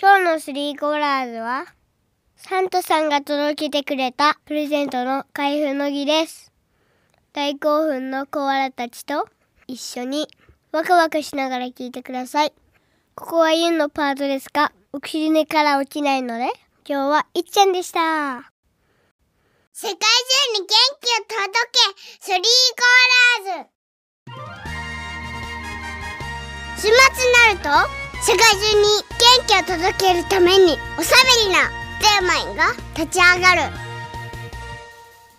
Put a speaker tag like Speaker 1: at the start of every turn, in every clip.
Speaker 1: 今日のスリーコーラーズは、サンタさんが届けてくれたプレゼントの開封の儀です。大興奮のコアラたちと一緒にワクワクしながら聞いてください。ここはユンのパートですが、お尻寝から起きないので、今日はいっちゃんでした。世界中に元気を届け、スリーコーラーズ週末になると世界中に元気を届けるためにおしゃべりなゼーマイが立ち上がる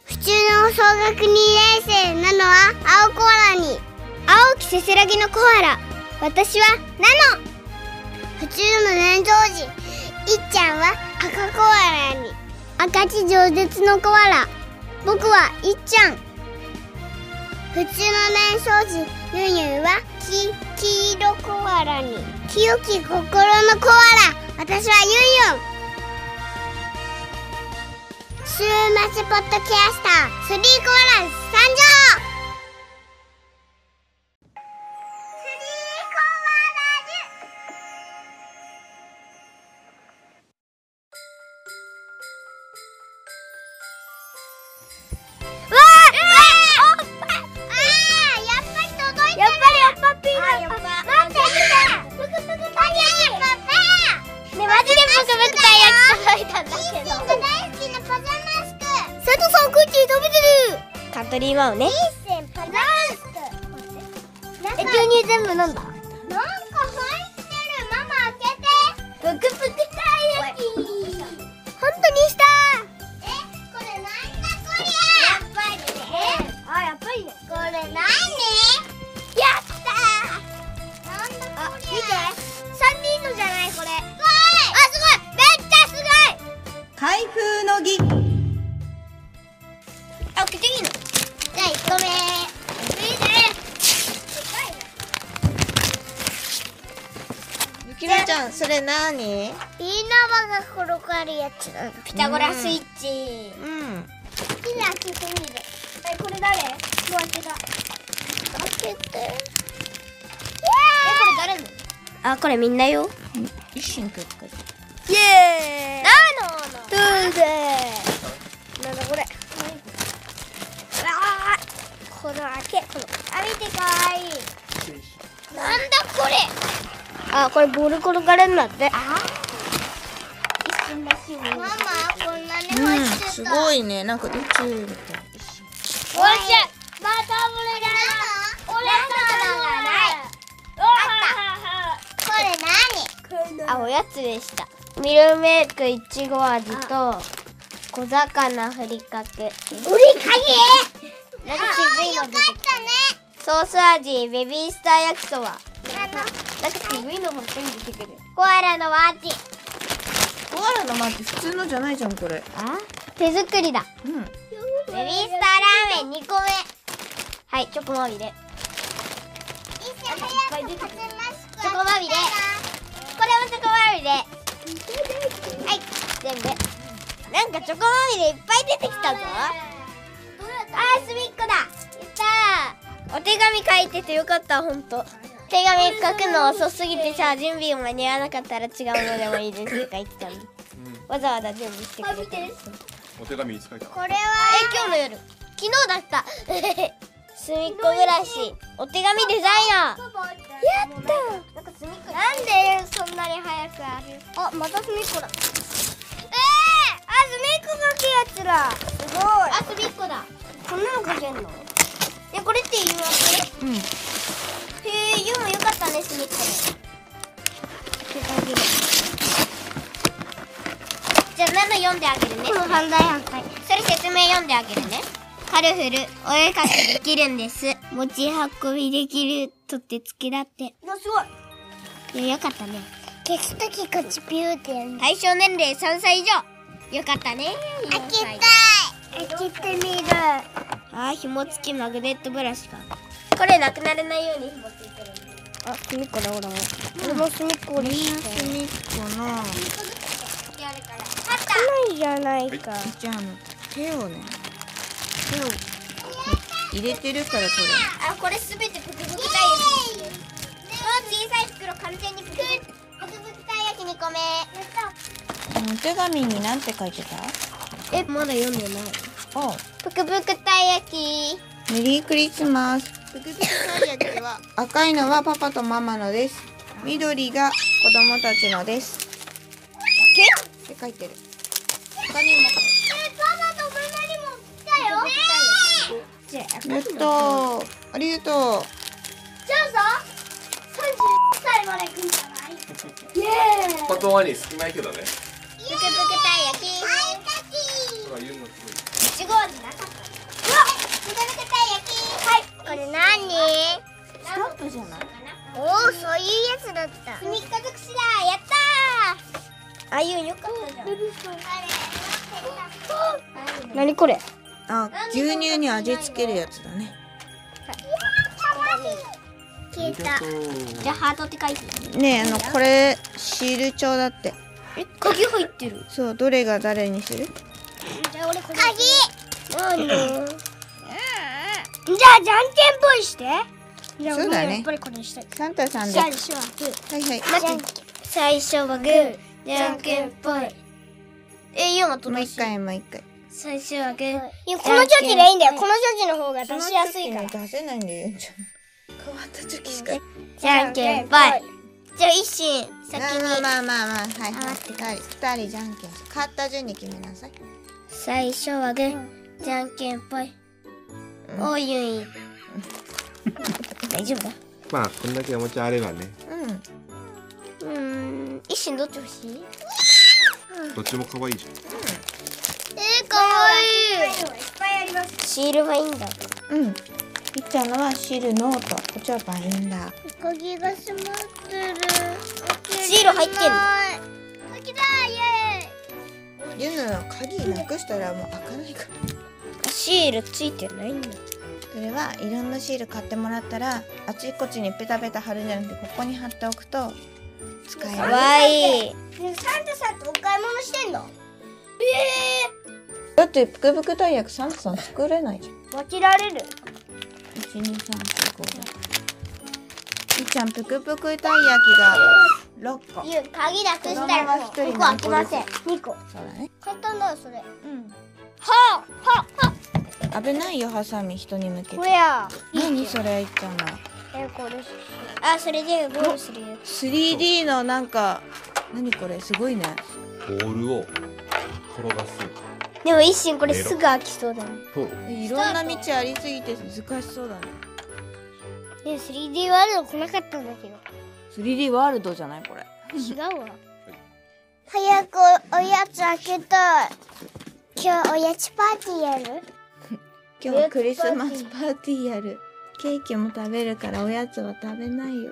Speaker 1: 普通の小学2年生なのは青コアラに青きせせらぎのコアラ私はナノ普通の年長児いっちゃんは赤コアラに赤き饒舌のコアラ僕はいっちゃん普通の年少児ゆんゆんはき黄色コアラに清き心のコアラ私はゆんゆん週末ポッドキャスタースリーコアラ参上わあ、えー、ああやっぱり届いてるやっぱりやっぱピーナッ待って見てプクプクパパねマジでプクプクたい焼き届いたんだけど大好きなパジャマスク佐藤さんクッキー食べてる
Speaker 2: カントリーマウね
Speaker 1: 一ンパジャマスク
Speaker 2: え牛
Speaker 1: なんか
Speaker 2: 乳全部飲んだ
Speaker 1: なんか入ってるママ開けてプクプクたい焼き本当にしたえこれなんだこりゃやっぱりね
Speaker 2: あやっぱりね
Speaker 1: これ何やったなんだこれ見て三人のじゃないこれすごいあすごいめっちゃすごい
Speaker 2: 開封の儀あ、開けていいの
Speaker 1: じゃあ1個目見て
Speaker 2: ゆきらちゃん、それなに
Speaker 1: ピーナマが転がるやつなのピ
Speaker 2: タゴラスイッ
Speaker 1: チ
Speaker 2: うん
Speaker 1: ピナ開けてみるえ、これ誰もう開けた開けてえ、これ誰の
Speaker 2: あ、これみんなよ一心くっかイエーイ
Speaker 1: ナノの
Speaker 2: トゥーデ
Speaker 1: なんだこれ。あーこの開け、この。あ、見てかわいい。なんだこれ。
Speaker 2: ーあ、これボール転がれんだって
Speaker 1: あママ、こんなに
Speaker 2: う
Speaker 1: 入
Speaker 2: ん、
Speaker 1: ってた。
Speaker 2: すごいね、なんか宇宙みたい
Speaker 1: おいしい。また俺が。俺のがない。あった。これ何？
Speaker 2: あ、おやつでしたミルメイクいちご味と小魚ふりかけ
Speaker 1: 売りかけ。
Speaker 2: なん
Speaker 1: あ
Speaker 2: か
Speaker 1: あ
Speaker 2: 渋い
Speaker 1: ー、よかっ
Speaker 2: の出てき
Speaker 1: たね。
Speaker 2: ソース味ベビースター焼きそば
Speaker 1: あの、
Speaker 2: なんか渋いのばっかり出てくる
Speaker 1: コアラのワーチ。
Speaker 3: コアラのマーチ普通のじゃないじゃんこれ。
Speaker 2: あ手作りだ
Speaker 3: うん。
Speaker 1: ベビ
Speaker 2: ベビ
Speaker 1: ー
Speaker 2: ー
Speaker 1: ス
Speaker 2: ス
Speaker 1: ター
Speaker 2: ター
Speaker 1: ラーメン二個目。
Speaker 2: はいチョコまみれ
Speaker 1: 一緒早くパチマスク。
Speaker 2: チョコまみれこれもチョコまみれはい全部なんかチョコまみれいっぱい出てきたぞあーすみっこだやったーお手紙書いててよかったほんと手紙書くの遅すぎてさ準備間に合わなかったら違うのでもいいですとか言ってたのにわざわざ準備してくれてる
Speaker 4: お手紙いつ書いた
Speaker 1: これ
Speaker 2: え
Speaker 1: は
Speaker 2: 今日の夜昨日だったすみっこ暮らしお手紙デザイナ
Speaker 1: や
Speaker 2: ー
Speaker 1: ったなんかすみっこなんでそんなに早くあるあまたすみっこだえー、あすみっこ書くやつらすごいあすみっこだこんなの書けんのえこれって言うわけ
Speaker 3: うん
Speaker 1: へえユウもよかったねすみっこで
Speaker 2: じゃあ7読んであげるね
Speaker 1: この反対反対
Speaker 2: それ説明読んであげるねカルフルお絵かきできるんです持ち運びできるとってつけだって
Speaker 1: もうすごい
Speaker 2: いやよかったね
Speaker 1: 消すときこっちピューってやる
Speaker 2: 対象年齢3歳以上よかったね
Speaker 1: 開けたい開けてみる
Speaker 2: あー紐付きマグネットブラシがこれなくならないように紐付いてるあすみっこだほら
Speaker 1: 俺もすみっこでした
Speaker 3: みっこの
Speaker 1: やるから
Speaker 2: ないじゃないか
Speaker 3: じゃああの手をね手を入れてるからこ
Speaker 2: あこれすべてプク
Speaker 1: イ
Speaker 2: プク
Speaker 1: エーイ
Speaker 2: タイヤこの小さい袋完全にプクプク
Speaker 1: プクプクたい焼きに
Speaker 2: 二個目。
Speaker 3: お手紙になんて書いてた
Speaker 2: え、まだ読んでない。
Speaker 3: お
Speaker 2: ぷくぷくたい焼き。
Speaker 3: メリークリスマスぷくぷくたい焼きは赤いのはパパとママのです緑が子供たちのですって書いてる他にも
Speaker 2: え、パパとママにも来たよ。ね
Speaker 3: やったありがとう
Speaker 2: え。じゃあさ、三十歳まで来るんじゃない？イエーイ。
Speaker 4: 本当に少ないけどね。
Speaker 2: ぷくぷくたい焼き。い
Speaker 4: ほら言うのすごい。
Speaker 2: ちご味なかった。うわ、ぷくぷくたい焼き。はい、これ何？スカップじゃない？
Speaker 1: おおそういうやつだった
Speaker 2: みっか尽くしだ、やったー。あゆよかったじゃん。
Speaker 1: 何これ
Speaker 3: あ牛乳に味付けるやつだね
Speaker 1: 消えた
Speaker 2: じゃあハートって書いて。
Speaker 3: ねえあのこれシール帳だって
Speaker 2: え、鍵入ってる。
Speaker 3: そうどれが誰にする
Speaker 2: じゃあ俺これ。
Speaker 1: 鍵
Speaker 2: 鍵。な
Speaker 1: じゃあじゃ
Speaker 2: んで？
Speaker 1: んけんぽいしてじゃあ
Speaker 3: そうだね
Speaker 1: 俺やっぱりこれにしたい
Speaker 3: サンタさんで
Speaker 1: じゃ
Speaker 3: は
Speaker 1: あ
Speaker 3: い
Speaker 1: しは
Speaker 3: はい
Speaker 2: 最初はグー、じゃんけんぽい。え、ユマと
Speaker 3: もう一回もう一回
Speaker 2: 最初はグー。
Speaker 1: このチョキでいいんだよこのチョキの方が出しやすいから
Speaker 3: 出せないんでゆうちゃん変わった時しか
Speaker 2: じゃんけんぽい。じゃあ一心先
Speaker 3: まあ
Speaker 2: に。
Speaker 3: まあまあまあはい
Speaker 2: あ
Speaker 3: はい
Speaker 2: 待って
Speaker 3: はい二人じゃんけんして勝った順に決めなさい
Speaker 2: 最初はグー、じゃんけんぽい。おゆい。大丈夫だ。
Speaker 4: まあこんだけおもちゃあればね、
Speaker 3: うん
Speaker 2: うーん、一心どっち欲しい？
Speaker 4: どっちも可愛いじゃん。
Speaker 1: えかわいい
Speaker 2: シールはいいんだ。
Speaker 3: うんいっちゃんのは汁ノートお茶パンいいんだ
Speaker 1: 鍵が閉まってる
Speaker 2: シール入ってる
Speaker 1: 鍵だイエーイ
Speaker 3: ゆうのは鍵なくしたらもう開かないから
Speaker 2: シールついてないんだ。
Speaker 3: それはいろんなシール買ってもらったらあちこちにペタペタ貼るんじゃなくてここに貼っておくと使え
Speaker 2: か
Speaker 3: る
Speaker 2: わい
Speaker 1: ね
Speaker 2: い。
Speaker 1: サンタさんとお買い物してんの
Speaker 3: だってぷくぷくたい焼きサンタさん作れないじゃん
Speaker 1: 分けられる
Speaker 3: 一二三四五いっちゃんぷくぷくたい焼きが六個
Speaker 2: ゆう鍵なくし
Speaker 3: した
Speaker 2: た
Speaker 3: ら
Speaker 2: ら
Speaker 3: もう
Speaker 2: も
Speaker 3: 一
Speaker 2: う
Speaker 3: 人
Speaker 2: 僕
Speaker 3: 残
Speaker 2: 開
Speaker 3: る
Speaker 2: きません。二個。
Speaker 3: そうだね
Speaker 2: 簡単だよそれ。
Speaker 3: うん
Speaker 2: はあは
Speaker 3: 危ないよハサミ人に向け
Speaker 1: こ
Speaker 3: て
Speaker 1: れや
Speaker 3: 何それいっちゃんは
Speaker 1: えこれ
Speaker 2: あ。あそれでゴールするよ。
Speaker 3: 3D のなんか何これすごいね
Speaker 4: ボールを転がす。
Speaker 2: でも一心これすぐ開きそうだね。
Speaker 4: そう。
Speaker 3: いろんな道ありすぎて難しそうだね
Speaker 1: ね 3D ワールド来なかったんだけど
Speaker 3: 3D ワールドじゃないこれ
Speaker 1: 違うわ早くおやつ開けたい今日おやつパーティーやる
Speaker 3: 今日はクリスマスパーティーやるケーキも食べるからおやつは食べないよ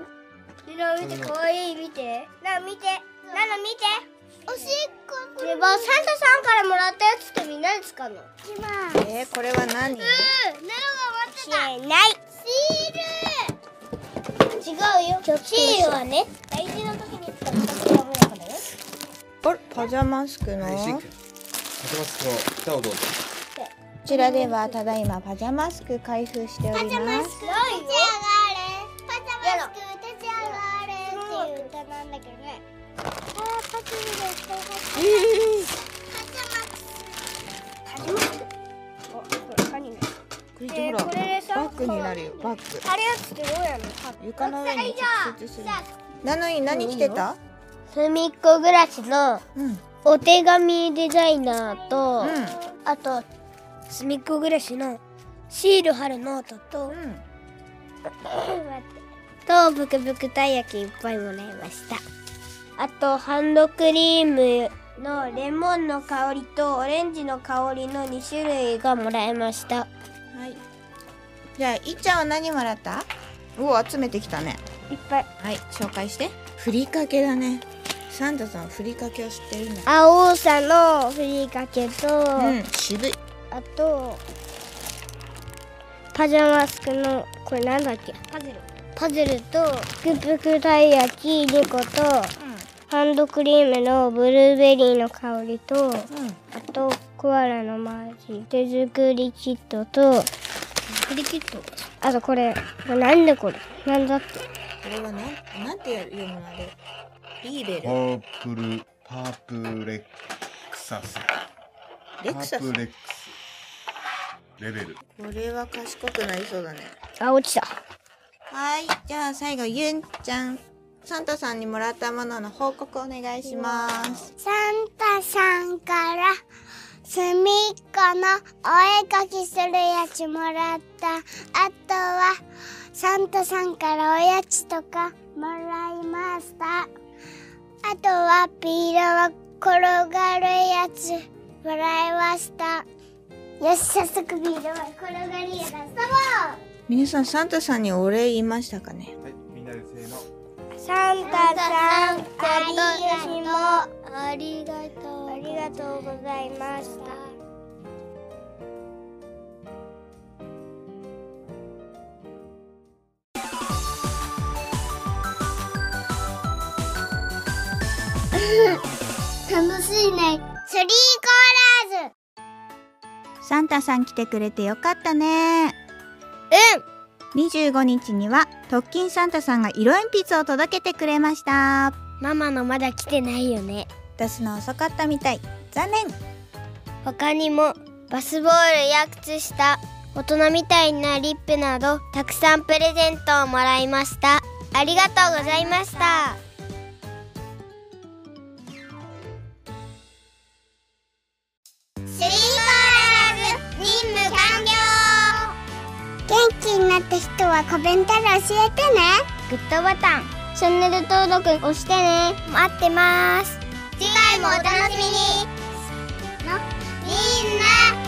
Speaker 1: みんな見てかわいい見てなあ見てなな見ておしっここれはサンタさんからもらったやつってみんなで使うの今うんななが
Speaker 3: えー、これは何
Speaker 1: 待ってたしないシール違うよシールはね大事な時に使ったらダメだからよ
Speaker 3: あれパジャマスクの
Speaker 4: はい、シンク。
Speaker 3: こ
Speaker 4: 立てますの蓋をどうぞ。
Speaker 3: ちらではただいまパジャマスク開封しております
Speaker 1: 立ち上がれパジャマスク立ち上がれっていう歌なんだけどねあーパチリで歌い パジャマスクパジャマスクおこれカニね
Speaker 3: これでほら、
Speaker 1: これでさ
Speaker 3: バッグになるよバッグ
Speaker 1: あれやつってどうやるの
Speaker 3: 床の上に直接するなのに何着てた
Speaker 2: すみっこ暮らしの
Speaker 3: うんうん
Speaker 2: お手紙デザイナーと、あとすみっこ暮らしのシール貼るノートと
Speaker 3: うん
Speaker 2: とブクブクたい焼きいっぱいもらいましたあとハンドクリームのレモンの香りとオレンジの香りの2種類がもらえました
Speaker 3: はいじゃあいっちゃんは何もらったお集めてきたね
Speaker 2: いっぱい
Speaker 3: はい紹介してふりかけだねサンタさんふりかけを知ってるんだ
Speaker 2: 青さのふりかけと、
Speaker 3: うん渋い
Speaker 2: あとパジャマスクのこれなんだっけパズルパズルとぷくぷくたい焼き2個とハンドクリームのブルーベリーの香りと
Speaker 3: うんうん
Speaker 2: あとコアラのマーチ手作りキットと作りキットあとこれこれなんでこれなんだっけ
Speaker 3: これはね、なんて読むのあれリーベル
Speaker 4: パープルパープレクサス
Speaker 3: レクサ
Speaker 4: パ
Speaker 3: ス
Speaker 4: ープ
Speaker 3: こ
Speaker 4: レクスレベル
Speaker 3: れは賢くなりそうだね
Speaker 2: あ、落ちた。
Speaker 3: はいじゃあ最後ゆんちゃんサンタさんにもらったものの報告お願いします
Speaker 1: サンタさんから隅っこのお絵かきするやつもらったあとはサンタさんからおやつとかもらいましたあとはピーラは転がるやつもらいましたよし早速ビールは転がりやらさ
Speaker 3: 皆さんサンタさんにお礼言いましたかね
Speaker 4: はいみんなでせーの
Speaker 2: サンタさん、ありがとう。
Speaker 1: ありがとう
Speaker 2: ありがとうございました。
Speaker 1: 楽しいねスリーコーラーズ
Speaker 5: サンタさん来てくれてよかったね
Speaker 1: うん
Speaker 5: 25日には特勤サンタさんが色鉛筆を届けてくれました
Speaker 2: ママのまだ来てないよね。
Speaker 5: 出すの遅かったみたい残念
Speaker 2: 他にもバスボールや靴下大人みたいなリップなどたくさんプレゼントをもらいましたありがとうございました
Speaker 1: スリーコーラーズ任務完了元気になった人はコメントで教えてね
Speaker 2: グッドボタンチャンネル登録押してね待ってます
Speaker 1: 次回もお楽しみにのみんな